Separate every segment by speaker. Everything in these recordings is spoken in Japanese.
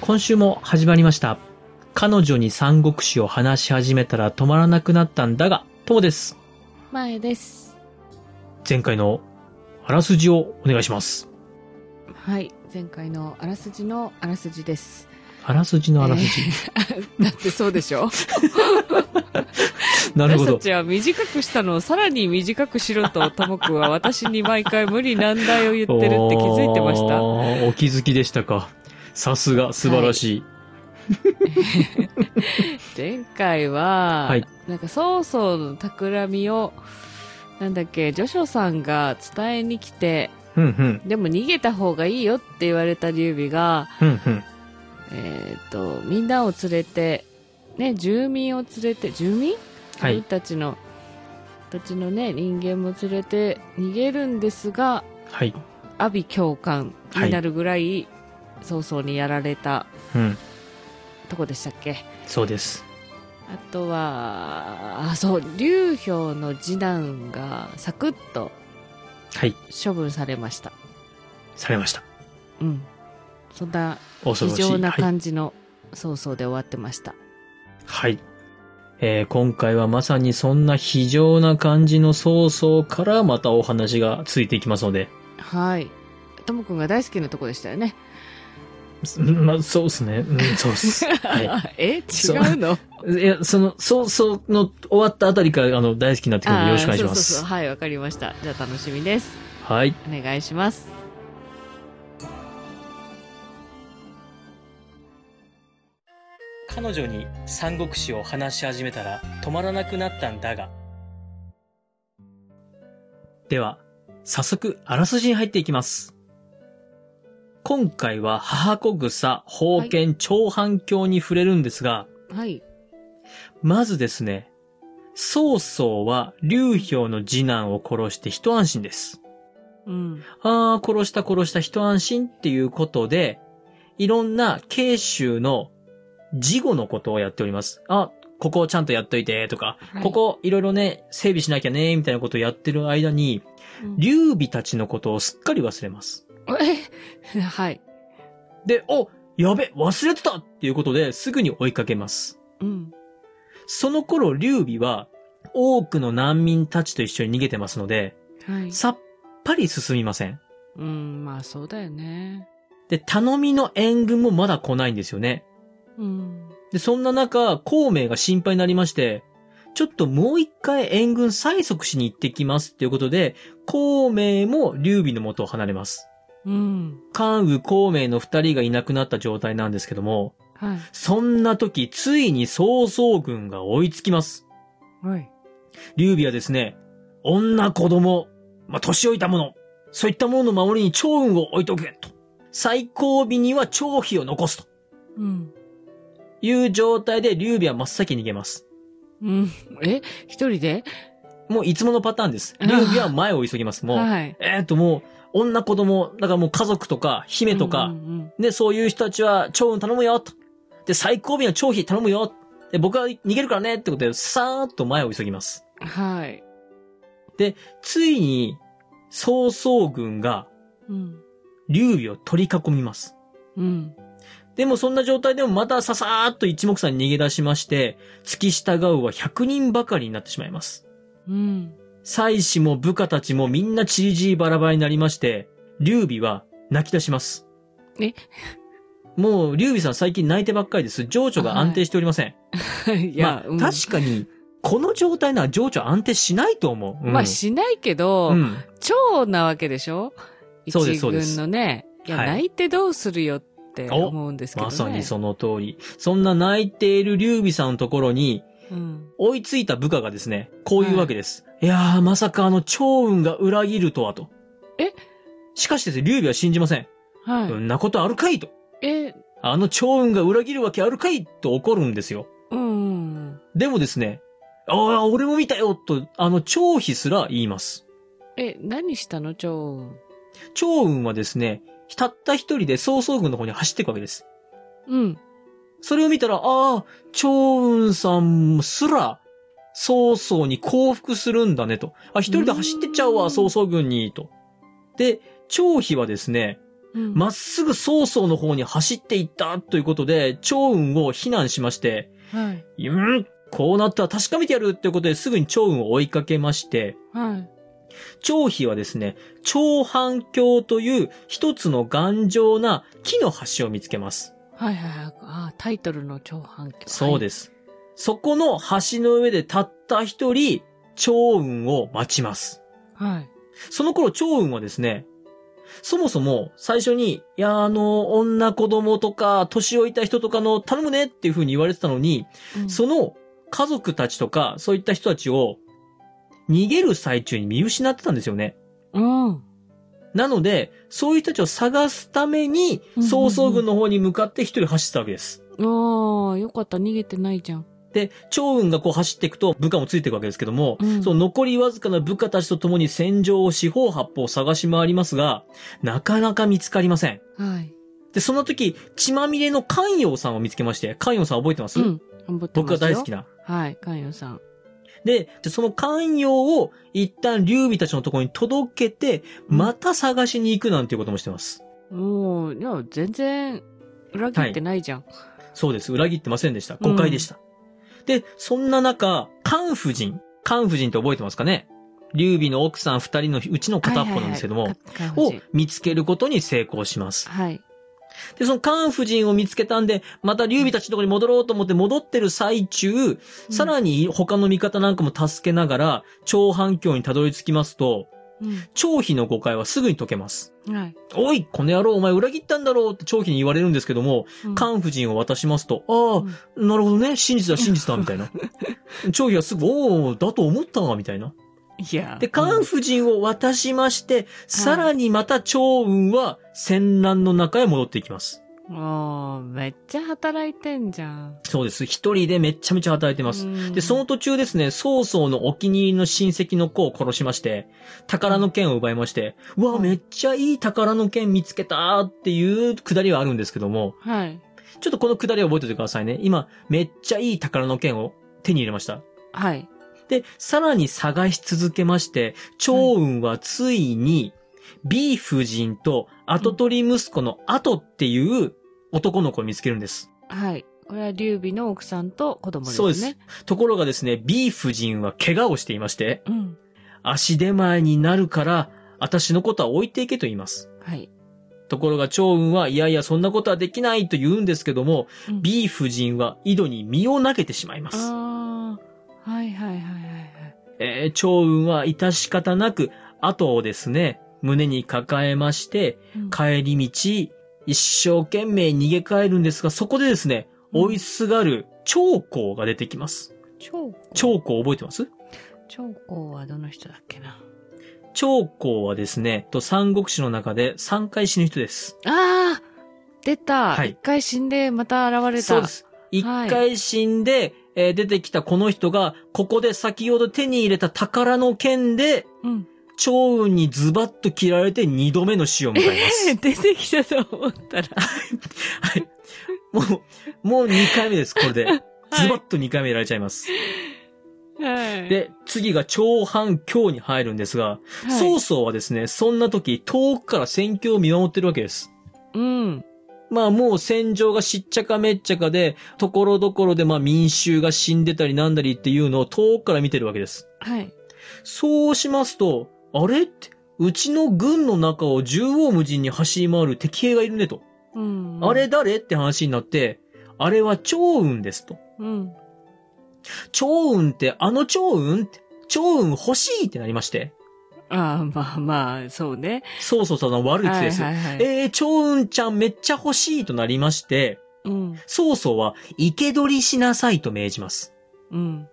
Speaker 1: 今週も始まりました。彼女に三国志を話し始めたら止まらなくなったんだが、ともです。
Speaker 2: 前です。
Speaker 1: 前回のあらすじをお願いします。
Speaker 2: はい。前回のあらすじのあらすじです。
Speaker 1: あらすじのあらすじ。
Speaker 2: だってそうでしょ
Speaker 1: なるほ
Speaker 2: 私
Speaker 1: ど
Speaker 2: た。ちは短くしたのをさらに短くしろと、ともくんは私に毎回無理難題を言ってるって気づいてました。
Speaker 1: おーお気づきでしたか。さすが、素晴らしい。
Speaker 2: 前回は、
Speaker 1: はい
Speaker 2: なんか曹操の企みを、なんだっけ、ジョショさんが伝えに来て、
Speaker 1: うんうん、
Speaker 2: でも逃げた方がいいよって言われた劉備が、
Speaker 1: うんうん。
Speaker 2: えっ、と、みんなを連れて、ね、住民を連れて、住民
Speaker 1: は
Speaker 2: 自分
Speaker 1: い、
Speaker 2: たちの、たちのね、人間も連れて逃げるんですが、
Speaker 1: はい。
Speaker 2: 阿鼻教官になるぐらい、曹操にやられた
Speaker 1: うん、
Speaker 2: とこでしたっけ
Speaker 1: そうです。
Speaker 2: あとは、あ、そう、劉氷の次男がサクッと
Speaker 1: はい、
Speaker 2: 処分されました。
Speaker 1: されました。
Speaker 2: うん。そんな、
Speaker 1: 恐ろ
Speaker 2: 異
Speaker 1: しい。
Speaker 2: 常な
Speaker 1: はい
Speaker 2: 感じの曹操で終わってました。
Speaker 1: はい。えー今回はまさにそんな非常な感じの曹操からまたお話がついていきますので。
Speaker 2: はい。ともくんが大好きなとこでしたよね。
Speaker 1: うんまあ、そうです ね。うん、そうっす。は
Speaker 2: え違うの
Speaker 1: い。いや、その、曹操の終わったあたりから、あの、大好きになってくるのでよろしくお願いしま
Speaker 2: あーそうそうそう
Speaker 1: す。
Speaker 2: はい、わかりました。じゃあ楽しみです。
Speaker 1: はい。
Speaker 2: お願いします。
Speaker 1: 彼女に三国志を話し始めたら止まらなくなったんだが。では、早速、あらすじに入っていきます。今回は母子草、封建、長反響に触れるんですが、
Speaker 2: はい。
Speaker 1: まずですね、曹操は劉氷の次男を殺して一安心です。
Speaker 2: うん。
Speaker 1: ああ、殺した殺した一安心っていうことで、いろんな慶州の事後のことをやっております。あ、ここをちゃんとやっといて、とか、
Speaker 2: はい
Speaker 1: ここいろいろね、整備しなきゃね、みたいなことをやってる間に、
Speaker 2: うん
Speaker 1: 劉備たちのことをすっかり忘れます。
Speaker 2: え はい。
Speaker 1: で、お、やべ、忘れてたっていうことですぐに追いかけます。
Speaker 2: うん。
Speaker 1: その頃、劉備は、多くの難民たちと一緒に逃げてますので、
Speaker 2: はい。
Speaker 1: さっぱり進みません。
Speaker 2: うん、まあそうだよね。
Speaker 1: で、頼みの援軍もまだ来ないんですよね。
Speaker 2: うん。
Speaker 1: で、そんな中、孔明が心配になりまして、ちょっともう一回援軍催促しに行ってきますっていうことで、孔明も劉備の元を離れます。
Speaker 2: うん。
Speaker 1: 関羽孔明の二人がいなくなった状態なんですけども、
Speaker 2: はい。
Speaker 1: そんな時、ついに曹操軍が追いつきます。
Speaker 2: はい。
Speaker 1: 劉備はですね、女、子供、まあ、年老いた者、そういったものの守りに長雲を置いとけ、と。最後尾には長飛を残すと
Speaker 2: うん。
Speaker 1: いう状態で劉備は真っ先に逃げます。
Speaker 2: うん。え一人で
Speaker 1: もういつものパターンです。
Speaker 2: うん
Speaker 1: 劉備は前を急ぎます。もう、
Speaker 2: はい。
Speaker 1: えーっともう、女子供、だからもう家族とか、姫とか、
Speaker 2: うんうん
Speaker 1: で、そういう人たちは、長雲頼むよと。で、最後尾には長飛頼むよで、僕は逃げるからねってことで、さーっと前を急ぎます。
Speaker 2: うんはい。
Speaker 1: ついに、曹操軍が、
Speaker 2: うん。
Speaker 1: 劉備を取り囲みます。
Speaker 2: うん。
Speaker 1: でもそんな状態でもまたささーっと一目散に逃げ出しまして、付き従うは100人ばかりになってしまいます。
Speaker 2: うん。
Speaker 1: 妻子も部下たちもみんなチリジリバラバラになりまして、劉備は泣き出します。
Speaker 2: え
Speaker 1: もう、劉備さん最近泣いてばっかりです。情緒が安定しておりません。
Speaker 2: い
Speaker 1: まあ
Speaker 2: や、うん
Speaker 1: 確かに、この状態なら情緒安定しないと思う。うん
Speaker 2: まあしないけ
Speaker 1: う
Speaker 2: ど、
Speaker 1: ん。
Speaker 2: 長なわけでしょ
Speaker 1: そうです
Speaker 2: 一
Speaker 1: そうです
Speaker 2: 軍のね。いや、
Speaker 1: はい
Speaker 2: 泣いてどうするよって思うんですけどね。
Speaker 1: まさにその通り。そんな泣いている劉備さんのところに、
Speaker 2: うん。
Speaker 1: 追いついた部下がですね、こういうわけです。い、やー、まさかあの、長雲が裏切るとはと。
Speaker 2: え
Speaker 1: しかしですね、劉備は信じません。
Speaker 2: はい。
Speaker 1: そんなことあるかいと。
Speaker 2: え、
Speaker 1: あの長雲が裏切るわけあるかいと怒るんですよ。
Speaker 2: うん。
Speaker 1: でもですね、ああ、俺も見たよと、あの、張飛すら言います。
Speaker 2: え、何したの超雲。
Speaker 1: 長雲はですね、たった一人で曹操軍の方に走っていくわけです。
Speaker 2: うん。
Speaker 1: それを見たら、ああ、長雲さんすら、曹操に降伏するんだねと。あ、一人で走ってっちゃう
Speaker 2: う
Speaker 1: わ、
Speaker 2: ん
Speaker 1: 曹操軍に、と。で、張飛はですね、
Speaker 2: うん
Speaker 1: まっすぐ曹操の方に走っていったということで、趙雲を非難しまして、
Speaker 2: はい。
Speaker 1: うん、こうなったら確かめてやるということですぐに趙雲を追いかけまして、
Speaker 2: はい。
Speaker 1: 張飛はですね、長反橋という一つの頑丈な木の橋を見つけます。
Speaker 2: はいはいはい。あ、タイトルの超反響。。
Speaker 1: そうですす。そこの橋の上でたった一人、趙雲を待ちます。
Speaker 2: はい。
Speaker 1: その頃趙雲はですね、そもそも最初に、いや、あの、女子供とか、年老いた人とかの頼むねっていう風に言われてたのに、
Speaker 2: うん
Speaker 1: その家族たちとか、そういった人たちを逃げる最中に見失ってたんですよね。
Speaker 2: うん。
Speaker 1: なので、そういう人たちを探すために
Speaker 2: うんうんう、ん
Speaker 1: 曹操軍の方に向かって一人走ってたわけです。
Speaker 2: ああ、よかった。逃げてないじゃん。
Speaker 1: で、趙雲がこう走っていくと部下もついていくわけですけども、
Speaker 2: うん
Speaker 1: その残りわずかな部下たちと共に戦場を四方八方探し回りますが、なかなか見つかりません。
Speaker 2: はい。
Speaker 1: で、その時、血まみれの関陽さんを見つけまして、関陽さん覚えてます、
Speaker 2: うん。頑張って
Speaker 1: 僕が大好き
Speaker 2: だ。
Speaker 1: な。
Speaker 2: はい。関与さん。
Speaker 1: で、その関陽を一旦劉備たちのところに届けて、また探しに行くなんていうこともしてます。
Speaker 2: もう、いや、全然、裏切ってないじゃん。
Speaker 1: そうです。裏切ってませんでした。誤解でした。で、そんな中、関夫人。関夫人って覚えてますかね劉備の奥さん二人のうちの片っぽなんですけども、
Speaker 2: はいはいはい
Speaker 1: を見つけることに成功します。
Speaker 2: はい。
Speaker 1: で、その関夫人を見つけたんで、また劉備たちのところに戻ろうと思って戻ってる最中、さらに他の味方なんかも助けながら、長反響にたどり着きますと、
Speaker 2: に、
Speaker 1: 張飛の誤解はすぐに解けます。
Speaker 2: うんはい。
Speaker 1: おい、この野郎、お前裏切ったんだろうって張飛に言われるんですけども、
Speaker 2: うん
Speaker 1: 関夫人を渡しますと、ああ、なるほどね。真実だ、真実だ、みたいな。 張飛はすぐ、おお、だと思ったわ、みたいな。
Speaker 2: いや。
Speaker 1: で、関夫人を渡しまして、さらにまた趙雲は戦乱の中へ戻っていきます。
Speaker 2: もう、めっちゃ働いてんじゃん。
Speaker 1: そうです。一人でめっちゃめちゃ働いてます。
Speaker 2: うん
Speaker 1: で、その、途中ですね、曹操のお気に入りの親戚の子を殺しまして、宝の剣を奪いまして、うわ、
Speaker 2: うん
Speaker 1: めっちゃいい宝の剣見つけたっていうくだりはあるんですけども、
Speaker 2: はい。
Speaker 1: ちょっとこのくだりを覚えておいてくださいね。今、めっちゃいい宝の剣を手に入れました。
Speaker 2: はい。
Speaker 1: で、さらに探し続けまして、趙雲はついに、B 夫人と跡取り息子の後っていう男の子を見つけるんです。
Speaker 2: はい。これは劉備の奥さんと子供ですね。
Speaker 1: そうです。ところがですね、B 夫人は怪我をしていまして、
Speaker 2: うん。
Speaker 1: 足手前になるから、私のことは置いていけと言います。
Speaker 2: はい。
Speaker 1: ところが趙雲はいやいやそんなことはできないと言うんですけども、
Speaker 2: うん、
Speaker 1: B 夫人は井戸に身を投げてしまいます。
Speaker 2: ああ。はいはいはいはい
Speaker 1: えー、趙雲は致し方なく、後をですね、胸に抱えまして、
Speaker 2: はい。
Speaker 1: 帰り道、一生懸命逃げ帰るんですが、そこでですね、
Speaker 2: うん
Speaker 1: 追いすがる長江が出てきます。
Speaker 2: 長
Speaker 1: 長江覚えてます
Speaker 2: 長江はどの人だっけな。
Speaker 1: 長江はですね、と三国志の中で3回死ぬ人です。
Speaker 2: ああ出た一、
Speaker 1: はい
Speaker 2: 回死んで、また現れた。
Speaker 1: そうで。す。一回死んで、えー出てきたこの人が、ここで先ほど手に入れた宝の剣で、
Speaker 2: うん。
Speaker 1: 長雲にズバッと切られて二度目の死を迎えます。
Speaker 2: 出てきたと思ったら。
Speaker 1: はい。もう、もう2回目です、これ で。ズバッと2回目やられちゃいます。
Speaker 2: はい、
Speaker 1: で、次が長反京に入るんですが、
Speaker 2: はい、
Speaker 1: 曹操はですね、そんな時遠くから戦況を見守ってるわけです。
Speaker 2: うん。
Speaker 1: まあもう戦場がしっちゃかめっちゃかで、ところどころでまあ民衆が死んでたりなんだりっていうのを遠くから見てるわけです。
Speaker 2: はい。
Speaker 1: そうしますと、あれって、うちの軍の中を縦横無尽に走り回る敵兵がいるねと。
Speaker 2: うん。
Speaker 1: あれ誰って話になって、あれは趙雲ですと。
Speaker 2: うん。
Speaker 1: 趙雲ってあの趙雲って、趙雲欲しいってなりまして。
Speaker 2: ああ、まあまあ、そうね。
Speaker 1: 曹操さんの悪い癖ですよ。
Speaker 2: はいはいはい。
Speaker 1: えー、趙雲ちゃんめっちゃ欲しいとなりまして、
Speaker 2: うん。
Speaker 1: 曹操は、生け捕りしなさいと命じます。
Speaker 2: うん。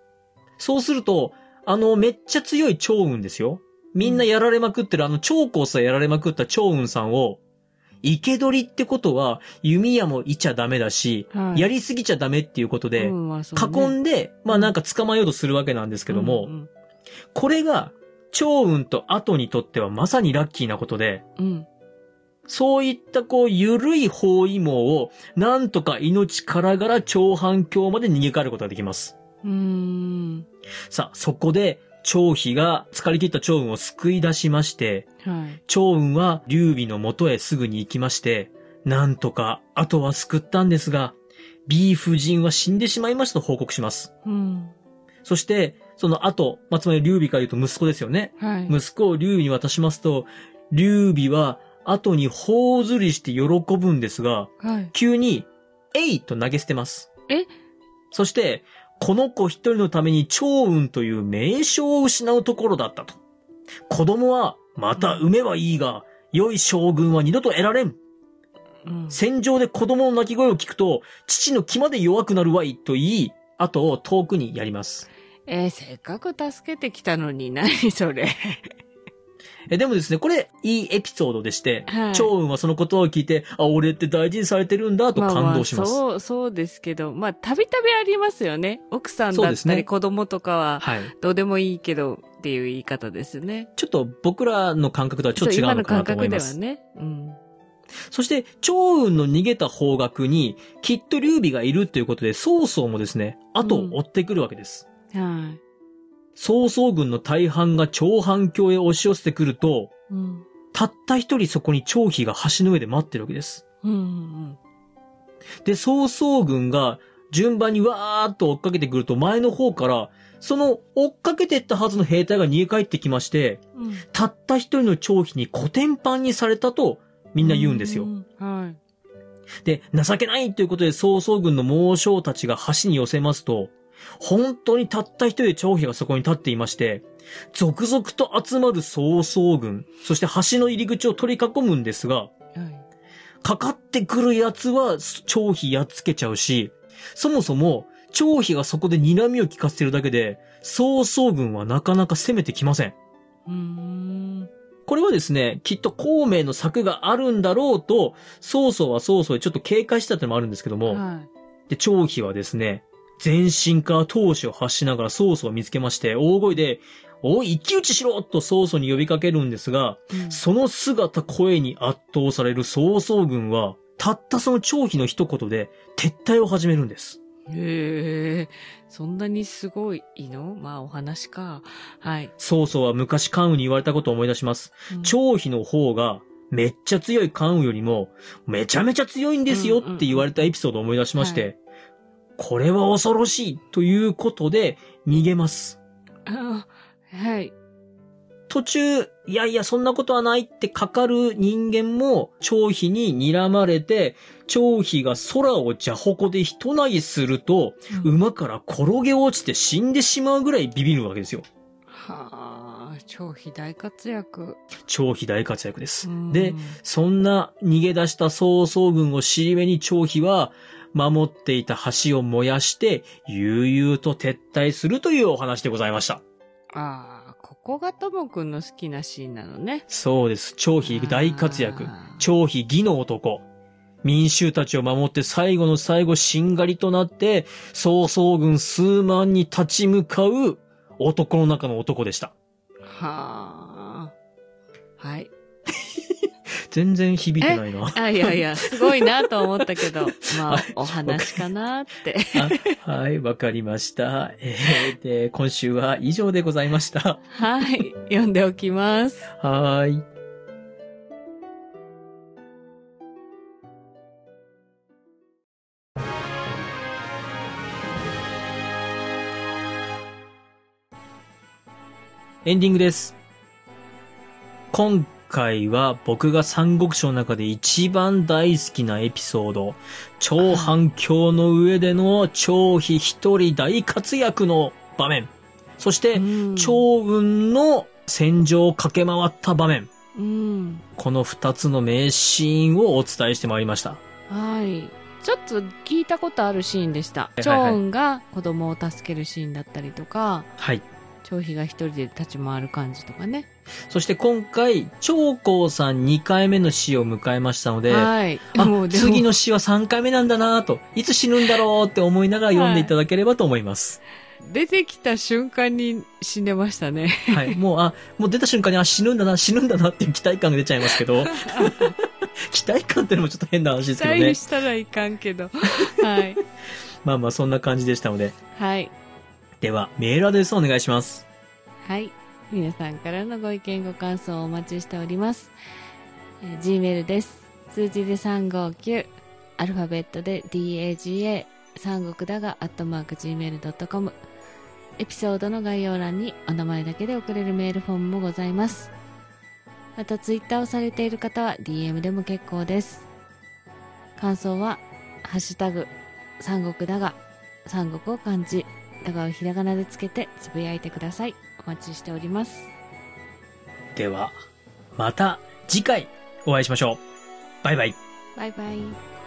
Speaker 1: そうすると、あの、めっちゃ強い趙雲ですよ。みんなやられまくってる、あの、長江さんやられまくった趙雲さんを、生け捕りってことは、弓矢もいちゃダメだし、
Speaker 2: はい。
Speaker 1: や
Speaker 2: り
Speaker 1: りすぎちゃダメっていうことで、
Speaker 2: うんまあそうね
Speaker 1: 囲んで、まあなんか捕まえようとするわけなんですけども、
Speaker 2: うん
Speaker 1: これが、趙雲と後にとってはまさにラッキーなことで、
Speaker 2: うん。うん
Speaker 1: そういったこう、ゆるい包囲網を、なんとか命からがら長反響まで逃げ帰ることができます。
Speaker 2: うーん。
Speaker 1: さあ、そこで、張飛が疲れ切った張雲を救い出しまして、
Speaker 2: はい。
Speaker 1: 張雲は劉備の元へすぐに行きまして、なんとか後は救ったんですが、B 夫人は死んでしまいましたと報告します。
Speaker 2: うん。
Speaker 1: そして、その後、まあ、つまり劉備から言うと息子ですよね。
Speaker 2: はい。
Speaker 1: 息子を劉備に渡しますと、劉備は後に頬ずりして喜ぶんですが、
Speaker 2: はい。
Speaker 1: 急に、えいと投げ捨てます。
Speaker 2: え
Speaker 1: そして、この子一人のために長雲という名称を失うところだったと。子供は、また産めばいいが、良い将軍は二度と得られん。
Speaker 2: うん
Speaker 1: 戦場で子供の泣き声を聞くと、父の気まで弱くなるわいと言い、後を遠くにやります。
Speaker 2: えーせっかく助けてきたのに、何それ。
Speaker 1: え、でもですね、これ、いいエピソードでして、
Speaker 2: はい
Speaker 1: 長雲はそのことを聞いて、あ、俺って大事にされてるんだ、と感動します。
Speaker 2: ああ、そう、そうですけど、まあ、たびたびありますよね。奥さん
Speaker 1: そう
Speaker 2: だ
Speaker 1: で
Speaker 2: っ
Speaker 1: す
Speaker 2: た
Speaker 1: ね
Speaker 2: り、子供とかは、
Speaker 1: はい。
Speaker 2: どうでもいいけどっていう言い方ですね。
Speaker 1: ちょっと僕らの感覚とはちょっと違うのかなと思います。
Speaker 2: そう今の感覚ではね。
Speaker 1: そして、長雲の逃げた方角に、きっと劉備がいるということで、曹操もですね、後を追ってくるわけです。
Speaker 2: うん。はい。
Speaker 1: 曹操軍の大半が長反峡へ押し寄せてくると、
Speaker 2: うん。
Speaker 1: たった一人そこに張飛が橋の上で待ってるわけです。
Speaker 2: うんうん
Speaker 1: で、曹操軍が順番にわーっと追っかけてくると、前の方から、その追っかけてったはずの兵隊が逃げ帰ってきまして、
Speaker 2: うん。うん。
Speaker 1: たった一人の張飛にコテンパンにされたと、みんな言うんですよ。
Speaker 2: う。はい。
Speaker 1: で、情けないということで曹操軍の猛将たちが橋に寄せますと、本当にたった一人で張飛がそこに立っていまして、続々と集まる曹操軍、そして橋の入り口を取り囲むんですが、
Speaker 2: はい。
Speaker 1: かかってくる奴は張飛やっつけちゃうし、そもそも張飛がそこで睨みを利かせてるだけで、曹操軍はなかなか攻めてきません。
Speaker 2: うーん。
Speaker 1: これはですね、きっと孔明の策があるんだろうと、曹操は曹操でちょっと警戒してたってのもあるんですけども、
Speaker 2: は
Speaker 1: で、張飛はですね、全身から闘志を発しながら曹操を見つけまして、大声で、おい、一騎打ちしろと曹操に呼びかけるんですが、
Speaker 2: い。うん
Speaker 1: その姿、声に圧倒される曹操軍は、たったその張飛の一言で、撤退を始めるんです。
Speaker 2: へえ、そんなにすごいのまあお話か。はい。
Speaker 1: 曹操は昔関羽に言われたことを思い出します。
Speaker 2: うん
Speaker 1: 張飛の方が、めっちゃ強い関羽よりも、めちゃめちゃ強いんですよって言われたエピソードを思い出しまして、
Speaker 2: うん
Speaker 1: これは恐ろしいということで、逃げます。
Speaker 2: あはい。
Speaker 1: 途中、いやいや、そんなことはないってかかる人間も、張飛に睨まれて、張飛が空を蛇矛で人投げすると、
Speaker 2: うん
Speaker 1: 馬から転げ落ちて死んでしまうぐらいビビるわけですよ。
Speaker 2: はあ、超肥大活躍。
Speaker 1: 張飛大活躍です
Speaker 2: う。ん
Speaker 1: で、、そんな逃げ出した曹操軍を尻目に張飛は、守っていた橋を燃やして、悠々と撤退するというお話でございました。
Speaker 2: ああ、ここがともくんの好きなシーンなのね。
Speaker 1: そうです。張飛大活躍。
Speaker 2: あー
Speaker 1: 張飛義の男。民衆たちを守って最後の最後しんがりとなって、曹操軍数万に立ち向かう男の中の男でした。
Speaker 2: はあ。はい。
Speaker 1: 全然響いてないな。
Speaker 2: あ、いやいや、すごいなと思った けど、まあ、お話かなって。
Speaker 1: あはい、わかりました。えーで、今週は以上でございました。
Speaker 2: はい。読んでおきます。
Speaker 1: はーい。エンディングです。今回は僕が三国志の中で一番大好きなエピソード、超反響の上での張飛一人大活躍の場面、そして、
Speaker 2: うん、
Speaker 1: 長雲の戦場を駆け回った場面。
Speaker 2: うん。
Speaker 1: この二つの名シーンをお伝えしてまいりました。
Speaker 2: はい。ちょっと聞いたことあるシーンでした。
Speaker 1: い
Speaker 2: チ
Speaker 1: はいはい
Speaker 2: ョーンが子供を助けるシーンだったりとか、
Speaker 1: はい。
Speaker 2: チョウヒが一人で立ち回る感じとかね。
Speaker 1: そして今回、長江さん2回目の死を迎えましたので、あ、
Speaker 2: はい。でも
Speaker 1: 次の死は3回目なんだなぁと、いつ死ぬんだろうって思いながら読んでいただければと思い ます。
Speaker 2: 出てきた瞬間に死んでましたね。
Speaker 1: はい、もう、あ、もう出た瞬間に、あ、死ぬんだな、死ぬんだなっていう期待感が出ちゃいますけ ど、期待感ってのもちょっと変な話ですけ
Speaker 2: 期
Speaker 1: ど
Speaker 2: 待
Speaker 1: ね。
Speaker 2: したらいかんけど。はい。
Speaker 1: まあまあ、そんな感じでしたので。
Speaker 2: はい。
Speaker 1: では、メールアドレスをお願いします。
Speaker 2: はい。皆さんからのご意見、ご感想をお待ちしております。えー Gmail です。数字で359、アルファベットで DAGA、三国だが、アットマーク Gmail.com。エピソードの概要欄にお名前だけで送れるメールフォームもございます。また、ツイッターをされている方は DM でも結構です。感想は、ハッシュタグ、三国だが、三国を漢字、だがをひらがなでつけてつぶやいてください。お待ちしております。
Speaker 1: では、また次回お会いしましょう。バイバイ。
Speaker 2: バイバイ。